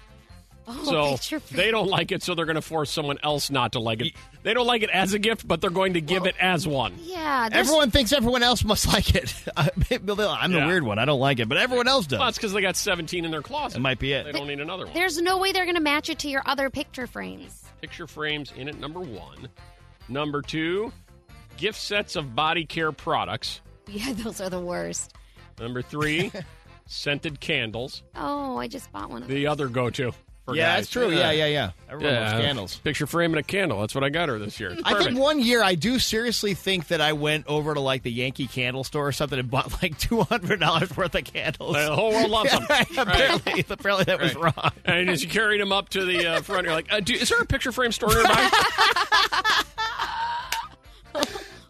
Speaker 3: Oh,
Speaker 2: So
Speaker 3: picture frame.
Speaker 2: they don't like it, so they're going to force someone else not to like it. They don't like it as a gift, but they're going to give it as one.
Speaker 3: Yeah. there's-
Speaker 4: Everyone thinks everyone else must <laughs> like it. I'm the
Speaker 2: Yeah.
Speaker 4: weird one. I don't like it, but everyone else does.
Speaker 2: Well, it's because they got 17 in their closet.
Speaker 4: That might be it.
Speaker 2: They don't need another one.
Speaker 3: There's no way they're going to match it to your other picture frames. <laughs>
Speaker 2: Picture frames in at number one. Number two, gift sets of body care products.
Speaker 3: Yeah, those are the worst.
Speaker 2: Number
Speaker 3: <laughs>
Speaker 2: three, scented candles.
Speaker 3: Oh, I just bought one of them.
Speaker 2: The other go to for
Speaker 4: yeah,
Speaker 2: guys.
Speaker 4: that's true. Yeah, yeah, yeah. Everyone loves candles.
Speaker 2: Picture frame and a candle. That's what I got her this year.
Speaker 4: I
Speaker 2: Perfect.
Speaker 4: think one year I do seriously think that I went over to like the Yankee candle store or something and bought <laughs> like two hundred dollars worth of candles.
Speaker 2: The
Speaker 4: <laughs>
Speaker 2: whole world loves them.
Speaker 4: Yeah, apparently,
Speaker 2: <laughs>
Speaker 4: apparently that was
Speaker 2: Right.
Speaker 4: wrong.
Speaker 2: And as you carried him up to the uh, front, you're like, uh, do, is there a picture frame store
Speaker 4: <laughs>
Speaker 2: nearby?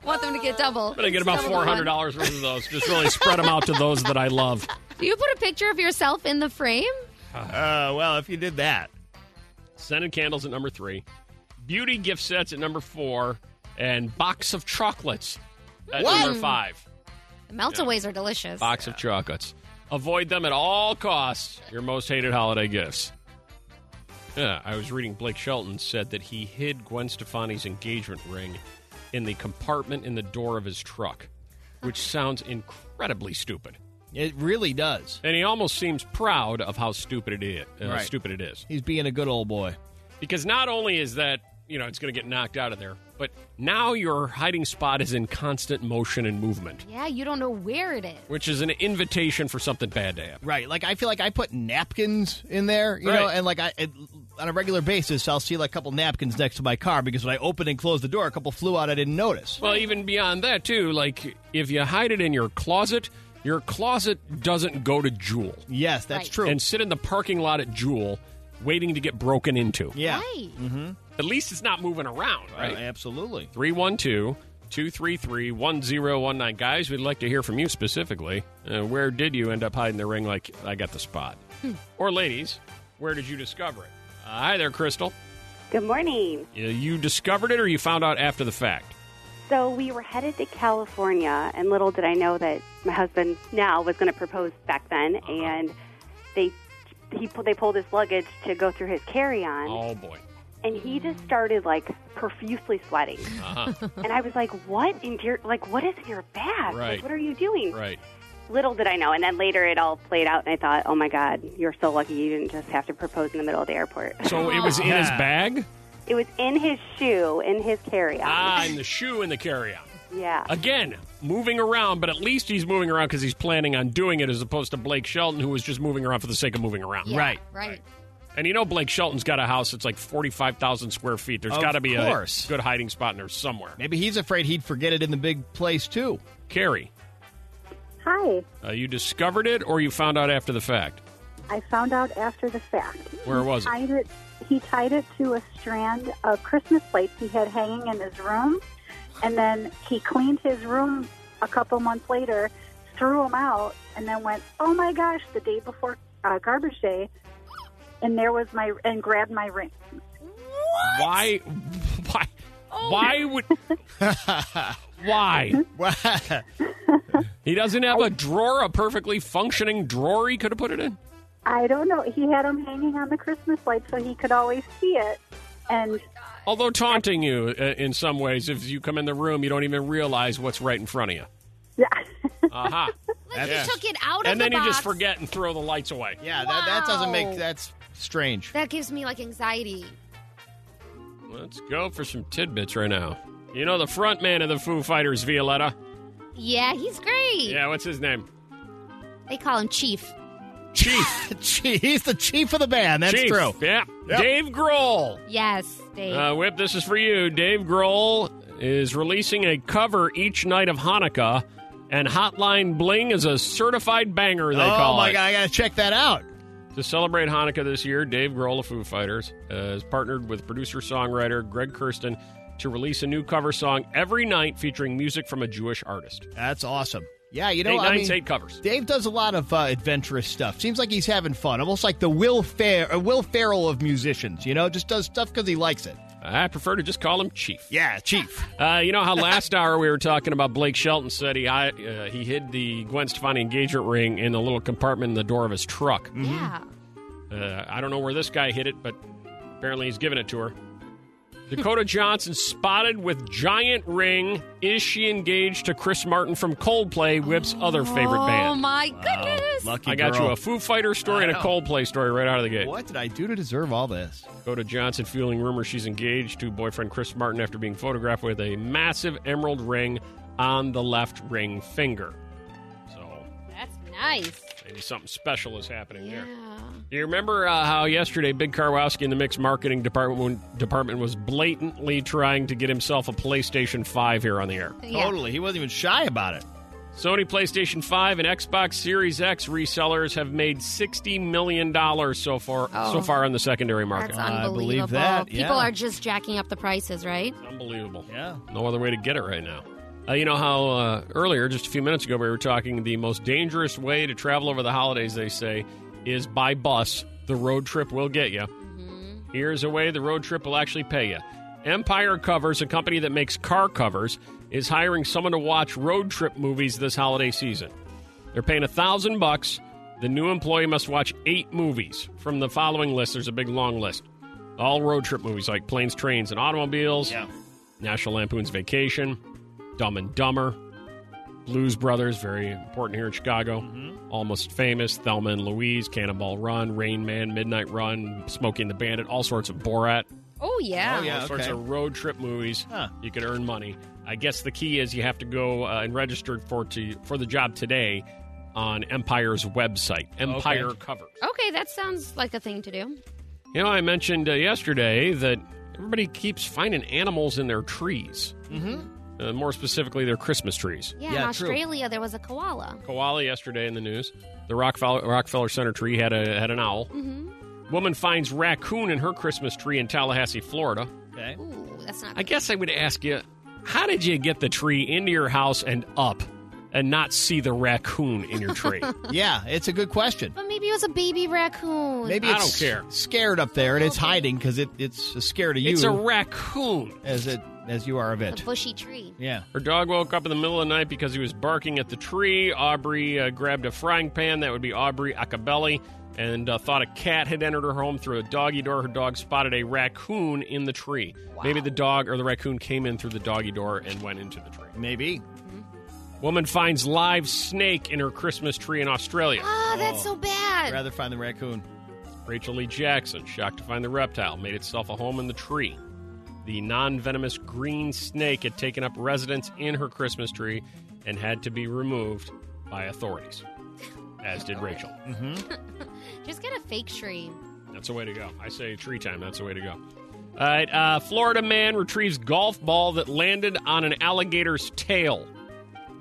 Speaker 3: Want them to get double.
Speaker 2: I'm gonna get about
Speaker 3: Double
Speaker 2: four
Speaker 3: the
Speaker 2: hundred
Speaker 3: one.
Speaker 2: dollars worth of those. Just really spread them out to those that I love.
Speaker 3: Do you put a picture of yourself in the frame?
Speaker 4: Uh, well, if you did that,
Speaker 2: Scented candles at number three, beauty gift sets at number four, and box of chocolates at
Speaker 3: What?
Speaker 2: number five.
Speaker 3: The meltaways are delicious.
Speaker 2: Box of chocolates. Avoid them at all costs. Your most hated holiday gifts. Yeah, I was reading Blake Shelton said that he hid Gwen Stefani's engagement ring in the compartment in the door of his truck, which sounds incredibly stupid.
Speaker 4: it really does.
Speaker 2: And he almost seems proud of how stupid it is. Uh,
Speaker 4: Right.
Speaker 2: Stupid it is.
Speaker 4: He's being a good old boy.
Speaker 2: Because not only is that you know, it's going to get knocked out of there. But now your hiding spot is in constant motion and movement,
Speaker 3: Yeah, you don't know where it is.
Speaker 2: which is an invitation for something bad to happen.
Speaker 4: Right. Like I feel like I put napkins in there, you know,
Speaker 2: Right.
Speaker 4: and like I it, on a regular basis I'll see like a couple napkins next to my car because when I opened and closed the door, a couple flew out I didn't notice.
Speaker 2: Well, even beyond that, too, like if you hide it in your closet, your closet doesn't go to Jewel.
Speaker 4: Yes, that's Right. true.
Speaker 2: And sit in the parking lot at Jewel waiting to get broken into.
Speaker 4: Yeah.
Speaker 2: Mm-hmm. At least it's not moving around, right?
Speaker 4: Uh, absolutely.
Speaker 2: 312 233 1019. Guys, we'd like to hear from you specifically. Uh, where did you end up hiding the ring like I got the spot? or ladies, where did you discover it? Uh, hi there, Crystal.
Speaker 15: Good morning.
Speaker 2: You, you discovered it or you found out after the fact?
Speaker 15: So we were headed to California, and little did I know that my husband now was going to propose back then,
Speaker 2: Uh-huh.
Speaker 15: and they he pu- they pulled his luggage to go through his carry-on,
Speaker 2: Oh, boy.
Speaker 15: and he just started like profusely sweating,
Speaker 2: Uh-huh.
Speaker 15: and I was like, "What in your like what is in your bag? Like,
Speaker 2: Right.
Speaker 15: what are you doing?"
Speaker 2: right.
Speaker 15: Little did I know, and then later it all played out, and I thought, "Oh my God, you're so lucky you didn't just have to propose in the middle of the airport."
Speaker 2: So it was in his bag?
Speaker 15: It was in his shoe, in his carry-on.
Speaker 2: Ah, in the shoe in the carry on.
Speaker 15: yeah.
Speaker 2: Again, moving around, but at least he's moving around because he's planning on doing it as opposed to Blake Shelton, who was just moving around for the sake of moving around.
Speaker 4: Right.
Speaker 3: Right.
Speaker 2: And you know Blake Shelton's got a house that's like 45,000 square feet. There's
Speaker 4: Of
Speaker 2: got to be
Speaker 4: course.
Speaker 2: a good hiding spot in there somewhere.
Speaker 4: Maybe he's afraid he'd forget it in the big place too. <laughs>
Speaker 2: Carrie,
Speaker 16: Hi.
Speaker 2: uh, you discovered it or you found out after the fact?
Speaker 16: I found out after the fact.
Speaker 2: Where was it?
Speaker 16: He tied it? He tied it to a strand of Christmas lights he had hanging in his room, and then he cleaned his room a couple months later, threw them out, and then went, "Oh my gosh!" The day before uh, garbage day, and there was my and grabbed my ring.
Speaker 2: Why? <laughs> Why? Why would? why? he doesn't have a drawer, a perfectly functioning drawer he could have put it in?
Speaker 16: I don't know. He had them hanging on the Christmas light so he could always see it, and
Speaker 2: Although taunting you uh, in some ways, if you come in the room, you don't even realize what's right in front of you. Yeah. Aha.
Speaker 3: Like
Speaker 2: Yeah.
Speaker 3: you took it out of
Speaker 2: and
Speaker 3: the
Speaker 2: then you just
Speaker 3: box.
Speaker 2: forget and throw the lights away.
Speaker 4: Yeah, that, that doesn't
Speaker 3: Wow.
Speaker 4: make that's strange.
Speaker 3: That gives me like anxiety.
Speaker 2: Let's go for some tidbits right now. You know the front man of the Foo Fighters, Violetta?
Speaker 3: Yeah, he's great.
Speaker 2: Yeah, what's his name?
Speaker 3: They call him Chief.
Speaker 2: Chief.
Speaker 4: Gee, he's the <laughs> chief of the band. That's
Speaker 2: Chief.
Speaker 4: true.
Speaker 2: Yeah. Dave Grohl.
Speaker 3: Yes, Dave.
Speaker 2: Uh, Whip, this is for you. Dave Grohl is releasing a cover each night of Hanukkah, and Hotline Bling is a certified banger, they
Speaker 4: oh
Speaker 2: call
Speaker 4: my
Speaker 2: it.
Speaker 4: god, I gotta check that out.
Speaker 2: To celebrate Hanukkah this year, Dave Grohl of Foo Fighters uh, has partnered with producer songwriter Greg Kirsten to release a new cover song every night featuring music from a Jewish artist.
Speaker 4: That's awesome. Yeah, you know,
Speaker 2: eight
Speaker 4: I
Speaker 2: nights,
Speaker 4: mean,
Speaker 2: eight covers.
Speaker 4: Dave does a lot of uh, adventurous stuff. Seems like he's having fun, almost like the Will Fair, uh, Will Ferrell of musicians. You know, just does stuff because he likes it.
Speaker 2: I prefer to just call him Chief.
Speaker 4: Yeah, Chief.
Speaker 2: Uh, you know how last <laughs> hour we were talking about Blake Shelton said he hi- uh, he hid the Gwen Stefani engagement ring in the little compartment in the door of his truck.
Speaker 3: Yeah.
Speaker 2: Uh, I don't know where this guy hid it, but apparently he's giving it to her. Dakota Johnson spotted with giant ring. Is she engaged to Chris Martin from Coldplay, Whip's other favorite
Speaker 3: Oh
Speaker 2: band?
Speaker 3: my goodness.
Speaker 2: I got
Speaker 4: girl.
Speaker 2: you a Foo Fighter story and a
Speaker 4: I know.
Speaker 2: Coldplay story right out of the gate.
Speaker 4: What did I do to deserve all this?
Speaker 2: Dakota Johnson fueling rumors she's engaged to boyfriend Chris Martin after being photographed with a massive emerald ring on the left ring finger. So
Speaker 3: That's nice.
Speaker 2: maybe something special is happening there.
Speaker 3: Yeah.
Speaker 2: Do you remember uh, how yesterday Big Karwowski in the mixed marketing department department was blatantly trying to get himself a PlayStation 5 here on the air?
Speaker 4: Yeah. Totally. He wasn't even shy about it.
Speaker 2: Sony PlayStation 5 and Xbox Series X resellers have made 60 million dollars so far so
Speaker 3: Oh.
Speaker 2: far on the secondary market.
Speaker 3: That's unbelievable. People are just jacking up the prices, right?
Speaker 2: Unbelievable.
Speaker 4: Yeah.
Speaker 2: No other way to get it right now. Uh, you know how uh, earlier, just a few minutes ago, we were talking the most dangerous way to travel over the holidays, they say, is by bus. The road trip will get you. Here's a way the road trip will actually pay you. Empire Covers, a company that makes car covers, is hiring someone to watch road trip movies this holiday season. They're paying a thousand bucks. The new employee must watch eight movies from the following list. There's a big long list. All road trip movies like Planes, Trains, and Automobiles, National Lampoon's Vacation, Dumb and Dumber, Blues Brothers, very important here in Chicago, Almost Famous, Thelma and Louise, Cannonball Run, Rain Man, Midnight Run, Smoking the Bandit, all sorts of Borat.
Speaker 3: Oh yeah.
Speaker 2: Oh, yeah, All sorts of road trip movies. You can earn money. I guess the key is you have to go uh, and register for to for the job today on Empire's website. Empire cover.
Speaker 3: Okay, that sounds like a thing to do.
Speaker 2: You know, I mentioned uh, yesterday that everybody keeps finding animals in their trees.
Speaker 3: Mm-hmm.
Speaker 2: Uh, more specifically, their Christmas trees.
Speaker 3: Yeah, in Australia there was a koala.
Speaker 2: Koala yesterday in the news. The Rockefeller, Rockefeller Center tree had a had an owl.
Speaker 3: Mm-hmm.
Speaker 2: Woman finds raccoon in her Christmas tree in Tallahassee, Florida.
Speaker 4: Okay.
Speaker 3: Ooh, that's not.
Speaker 2: I guess I would ask you, how did you get the tree into your house and up and not see the raccoon in your
Speaker 3: <laughs>
Speaker 2: tree?
Speaker 4: yeah, it's a good question.
Speaker 3: But maybe it was a baby raccoon.
Speaker 4: Maybe it's Scared up there, and it's hiding because it, it's scared of you.
Speaker 2: It's a raccoon.
Speaker 4: As it as you are of it.
Speaker 3: bushy tree.
Speaker 4: Yeah.
Speaker 2: Her dog woke up in the middle of the night because he was barking at the tree. Aubrey uh, grabbed a frying pan. That would be Aubrey Acabelli. And uh, thought a cat had entered her home through a doggy door. Her dog spotted a raccoon in the tree. Maybe the dog or the raccoon came in through the doggy door and went into the tree.
Speaker 4: Maybe.
Speaker 2: Woman finds live snake in her Christmas tree in Australia.
Speaker 3: Ah, that's so bad.
Speaker 4: Rather find the raccoon.
Speaker 2: Rachel Lee Jackson, shocked to find the reptile, made itself a home in the tree. The non venomous green snake had taken up residence in her Christmas tree and had to be removed by authorities, as did Rachel.
Speaker 4: Mm-hmm.
Speaker 3: Just get a fake tree.
Speaker 2: That's the way to go. I say tree time. That's the way to go. All right. Uh, Florida man retrieves golf ball that landed on an alligator's tail.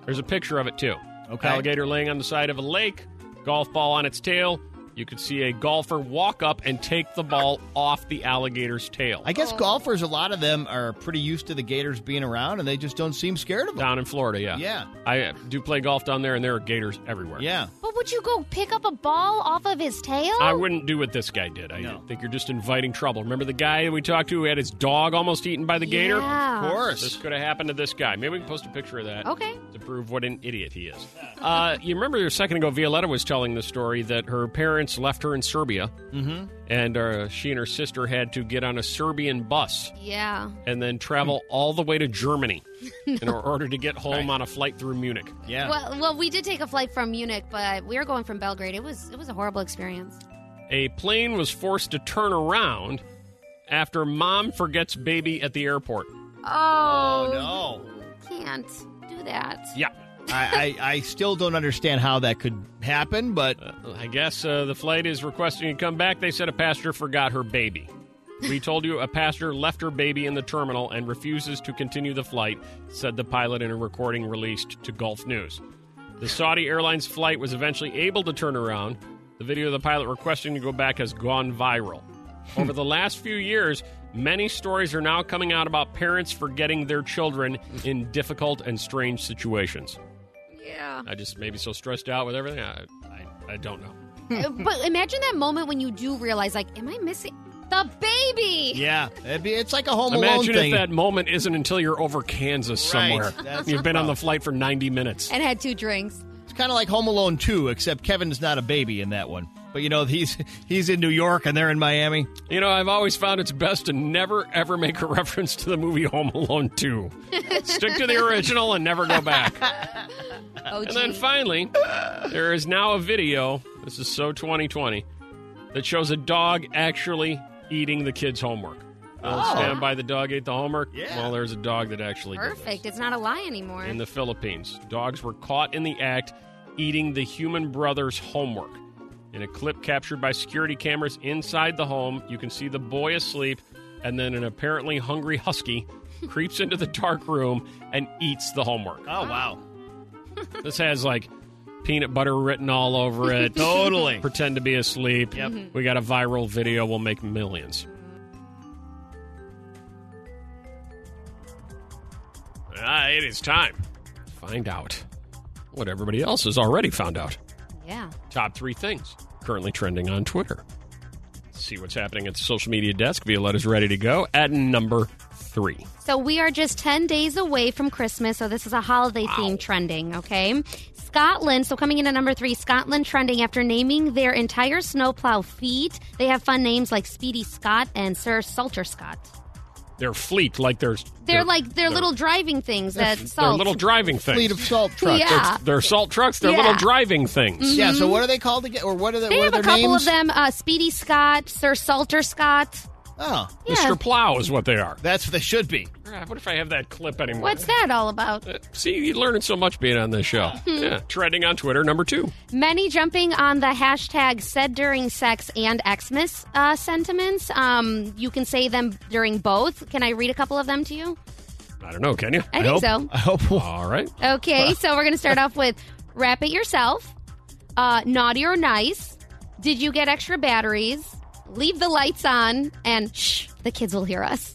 Speaker 2: There's a picture of it too.
Speaker 4: Okay.
Speaker 2: Alligator laying on the side of a lake, golf ball on its tail. You could see a golfer walk up and take the ball off the alligator's tail.
Speaker 4: I guess golfers, a lot of them are pretty used to the gators being around, and they just don't seem scared of them.
Speaker 2: Down in Florida, yeah.
Speaker 4: Yeah.
Speaker 2: I uh, do play golf down there, and there are gators everywhere.
Speaker 4: Yeah.
Speaker 3: But would you go pick up a ball off of his tail?
Speaker 2: I wouldn't do what this guy did. I think you're just inviting trouble. Remember the guy that we talked to who had his dog almost eaten by the gator?
Speaker 3: Yeah. Of
Speaker 4: course.
Speaker 2: This could have happened to this guy. Maybe we can post a picture of that.
Speaker 3: Okay.
Speaker 2: To prove what an idiot he is. Uh, you remember a second ago, Violetta was telling the story that her parents left her in Serbia,
Speaker 4: Mm-hmm.
Speaker 2: and uh, she and her sister had to get on a Serbian bus
Speaker 3: Yeah.
Speaker 2: and then travel all the way to Germany
Speaker 3: <laughs>
Speaker 2: in order to get home on a flight through Munich.
Speaker 4: Yeah.
Speaker 3: Well, well, we did take a flight from Munich, but we were going from Belgrade. It was it was a horrible experience.
Speaker 2: A plane was forced to turn around after mom forgets baby at the airport.
Speaker 3: Oh,
Speaker 4: no.
Speaker 3: Can't do that.
Speaker 2: Yeah.
Speaker 4: I, I, I still don't understand how that could happen, but
Speaker 2: I guess uh, the flight is requesting you come back. They said a passenger forgot her baby. We told you a passenger left her baby in the terminal and refuses to continue the flight, said the pilot in a recording released to Gulf News. The Saudi Airlines flight was eventually able to turn around. The video of the pilot requesting to go back has gone viral. Over the last few years, many stories are now coming out about parents forgetting their children in difficult and strange situations.
Speaker 3: Yeah.
Speaker 2: I just maybe so stressed out with everything. I, I, I don't know.
Speaker 3: Uh, but imagine that moment when you do realize, like, am I missing the baby?
Speaker 4: yeah, it'd be, it's like a Home Alone
Speaker 2: Imagine
Speaker 4: thing.
Speaker 2: if that moment isn't until you're over Kansas
Speaker 4: Right,
Speaker 2: somewhere.
Speaker 4: that's
Speaker 2: You've
Speaker 4: the
Speaker 2: been on the
Speaker 4: problem.
Speaker 2: flight for 90 minutes.
Speaker 3: And had two drinks.
Speaker 4: It's kind of like Home Alone 2, except Kevin's not a baby in that one. But you know, he's he's in New York and they're in Miami.
Speaker 2: You know, I've always found it's best to never, ever make a <laughs> reference to the movie Home Alone
Speaker 4: <laughs>
Speaker 2: 2. Stick to the original and never go back. <laughs>
Speaker 3: Oh,
Speaker 2: And
Speaker 4: <laughs>
Speaker 2: then finally, there is now a video. This is so 2020 that shows a dog actually eating the kid's homework.
Speaker 3: Oh.
Speaker 2: Stand by the dog ate the homework. Well, there's a dog that actually did
Speaker 3: perfect. It's not a lie anymore.
Speaker 2: in the Philippines. Dogs were caught in the act eating the human brother's homework. In a clip captured by security cameras inside the home, you can see the boy asleep, and then an apparently hungry husky <laughs> creeps into the dark room and eats the homework.
Speaker 4: Oh, wow.
Speaker 2: This has like peanut butter written all over it. Oh,
Speaker 4: Totally.
Speaker 2: Pretend to be asleep.
Speaker 4: Yep. Mhm.
Speaker 3: Mm-hmm.
Speaker 2: We got a viral video. We'll make millions. Ah, it is time. to Find out what everybody else has already found out.
Speaker 3: yeah.
Speaker 2: Top three things currently trending on Twitter. See what's happening at the social media desk. Violetta's ready to go at number three.
Speaker 3: So we are just 10 days away from Christmas, so this is a holiday theme trending, okay? Scotland, so coming in at number three, Scotland trending after naming their entire snowplow Fleet. They have fun names like Speedy Scott and Sir Salter Scott.
Speaker 2: Their fleet, like their
Speaker 3: They're like they're little driving things that
Speaker 2: their
Speaker 3: salt.
Speaker 2: little driving things.
Speaker 4: Fleet of salt trucks.
Speaker 3: Yeah.
Speaker 2: They're, they're salt trucks. They're
Speaker 3: Yeah. Mm-hmm.
Speaker 2: little driving things.
Speaker 4: Yeah, so what are they called again? Or what are, the,
Speaker 3: They
Speaker 4: what
Speaker 3: have
Speaker 4: are their
Speaker 3: a couple
Speaker 4: names?
Speaker 3: of them: uh, Speedy Scott, Sir Salter Scott.
Speaker 4: Oh,
Speaker 2: Mr. Plow is what they are.
Speaker 4: That's what they should be.
Speaker 2: I wonder if I have that clip anymore. Uh,
Speaker 3: What's that all about?
Speaker 2: See, you're learning so much being on this show.
Speaker 3: Hmm.
Speaker 2: yeah. Trending on Twitter, number two.
Speaker 3: Many jumping on the hashtag said during sex and Xmas uh, sentiments. Um, you can say them during both. Can I read a couple of them to you?
Speaker 2: I don't know, can you?
Speaker 3: I think so.
Speaker 4: I hope. <laughs>
Speaker 2: All right.
Speaker 3: Okay, so we're going to start off with wrap it yourself, uh, naughty or nice, did you get extra batteries, leave the lights on, and shh, the kids will hear us.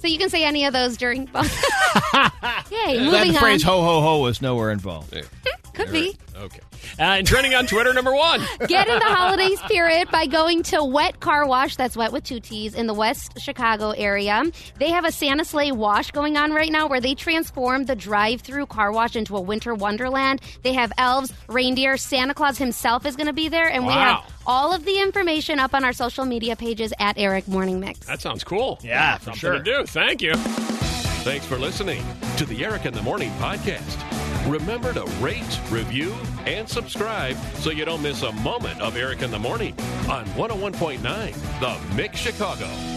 Speaker 3: So you can say any of those
Speaker 4: <laughs>
Speaker 3: during both. <laughs> Yay, moving
Speaker 4: that phrase
Speaker 3: on.
Speaker 4: "ho ho ho" was nowhere involved.
Speaker 3: Could be.
Speaker 2: Okay. Uh, and trending on Twitter, number one.
Speaker 3: Get in the holiday spirit by going to Wet Car Wash, that's wet with two T's, in the West Chicago area. They have a Santa sleigh wash going on right now where they transform the drive through car wash into a winter wonderland. They have elves, reindeer, Santa Claus himself is going to be there, and we
Speaker 2: Wow.
Speaker 3: have all of the information up on our social media pages at Eric Morning Mix.
Speaker 2: That sounds cool.
Speaker 4: Yeah,
Speaker 2: Something
Speaker 4: sure.
Speaker 2: to do. Thank you.
Speaker 1: Thanks for listening to the Eric in the Morning podcast. Remember to rate, review, and subscribe so oh you don't miss a moment of Eric in the Morning on 101.9 The Mix Chicago.